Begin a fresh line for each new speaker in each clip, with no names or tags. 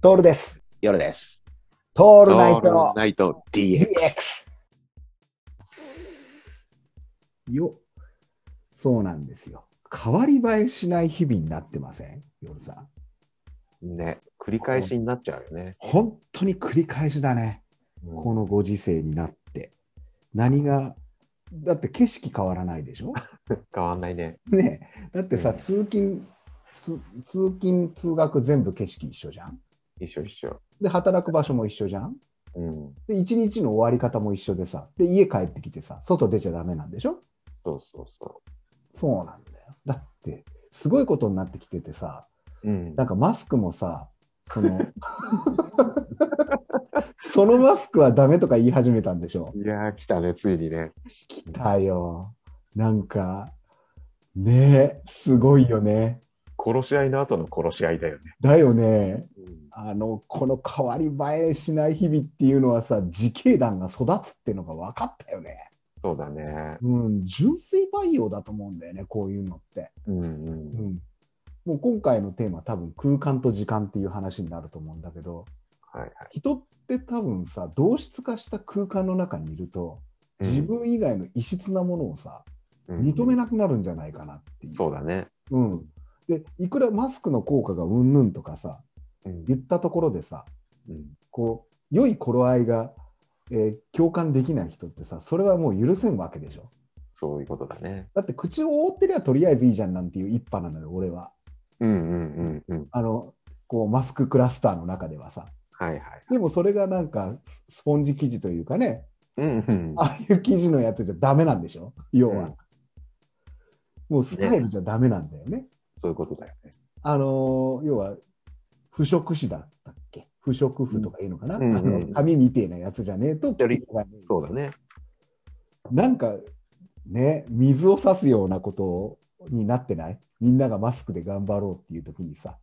トールです。
夜です。
ト
オ
ールナイト
ナイト DX。
DX。よ。そうなんですよ。変わり映えしない日々になってません夜さん。
ね、繰り返しになっちゃうよね。
本当に繰り返しだね。このご時世になって。何が、だって景色変わらないで しょ
変わんないね。
ねえだってさ、
うん
通勤、つ通勤、通学全部景色一緒じゃん
一緒一緒。
で、働く場所も一緒じゃん
うん。
で、一日の終わり方も一緒でさ、で、家帰ってきてさ、外出ちゃダメなんでしょ
そうそうそ
そうなんだよ。だって、すごいことになってきててさ、
う。うん
なんかマスクもさ、その、 そのマスクはダメとか言い始めたんでしょ。
いやー、来たね、ついにね。
来たよ。なんか、ねえ、すごいよね。
殺し合いの後の殺し合いだよね。
だよね。あの、この変わり映えしない日々っていうのはさ、自警団が育つっていうのが分かったよね。
そうだね。
うん、純粋培養だと思うんだよね、こういうのって。
うんうん。
うん、もう今回のテーマ多分空間と時間っていう話になると思うんだけど
はいはい。
人って多分さ同質化した空間の中にいると
うん
自分以外の異質なものをさ、
うん
認めなくなるんじゃないかなっていう。
そうだね。
うん、でいくらマスクの効果がうんぬんとかさ
うん
言ったところでさ
うん
こう良い頃合いが、えー共感できない人ってさそれはもう許せんわけでしょ。
そういうことだね。
だって口を覆ってりゃとりあえずいいじゃんなんていう一派なのよ俺は。
うんうんうんうん。
あのこうマスククラスターの中ではさ
はいはい。
でもそれがなんかススポンジ生地というかね
うんうん。
ああいう生地のやつじゃダメなんでしょ要は、もうスタイルじゃダメなんだよね
そういうことだよね。
あのー要は不織紙だったっけ不織布とかいうのかな、
うん
あ
うん
の
うん
紙みてえなやつじゃねえと
よりそうだね。
なんかね水を差すようなことになってないみんながマスクで頑張ろうっていう時にさ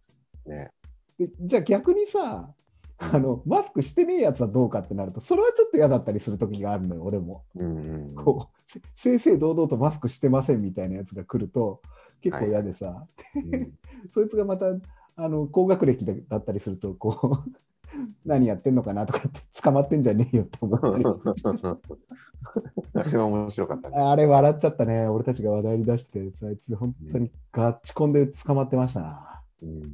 ね。
でじゃあ逆にさあのマスクしてねえやつはどうかってなるとそれはちょっと嫌だったりする時があるのよ俺も
うんうんうん。
こうせ正々堂々とマスクしてませんみたいなやつが来ると結構嫌でさ、
うん
そいつがまたあの高学歴だだったりするとこう 何やってんのかなとかって捕まってんじゃねえよって思ったり
あれは面白かったね。
あれ笑っちゃったね俺たちが話題に出してたやつあいつ本当にガチコンで捕まってましたな
うん